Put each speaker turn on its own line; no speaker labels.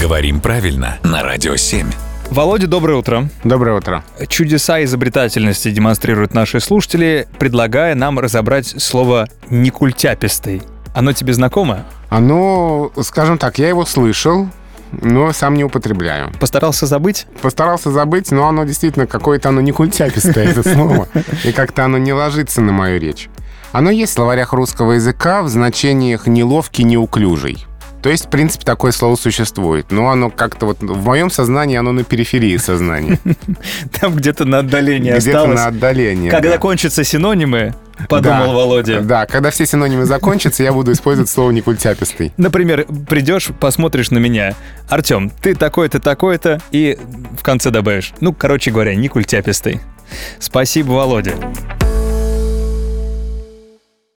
Говорим правильно на Радио 7.
Володя, доброе утро.
Доброе утро.
Чудеса изобретательности демонстрируют наши слушатели, предлагая нам разобрать слово «некультяпистый». Оно тебе знакомо?
Оно, А ну, скажем так, я его слышал, но сам не употребляю.
Постарался забыть?
Постарался забыть, но оно действительно какое-то оно не культяпистое, это слово. И как-то оно не ложится на мою речь. Оно есть в словарях русского языка в значениях «неловкий», «неуклюжий». То есть, в принципе, такое слово существует. Но оно как-то вот в моем сознании, оно на периферии сознания.
Там где-то на отдалении
Где-то
осталось.
на отдалении.
Когда
да.
кончатся синонимы, подумал
Да.
Володя.
Да, когда все синонимы закончатся, я буду использовать слово «некультяпистый».
Например, придешь, посмотришь на меня. Артем, ты такой-то, такой-то, и в конце добавишь. Ну, короче говоря, не культяпистый. Спасибо, Володя.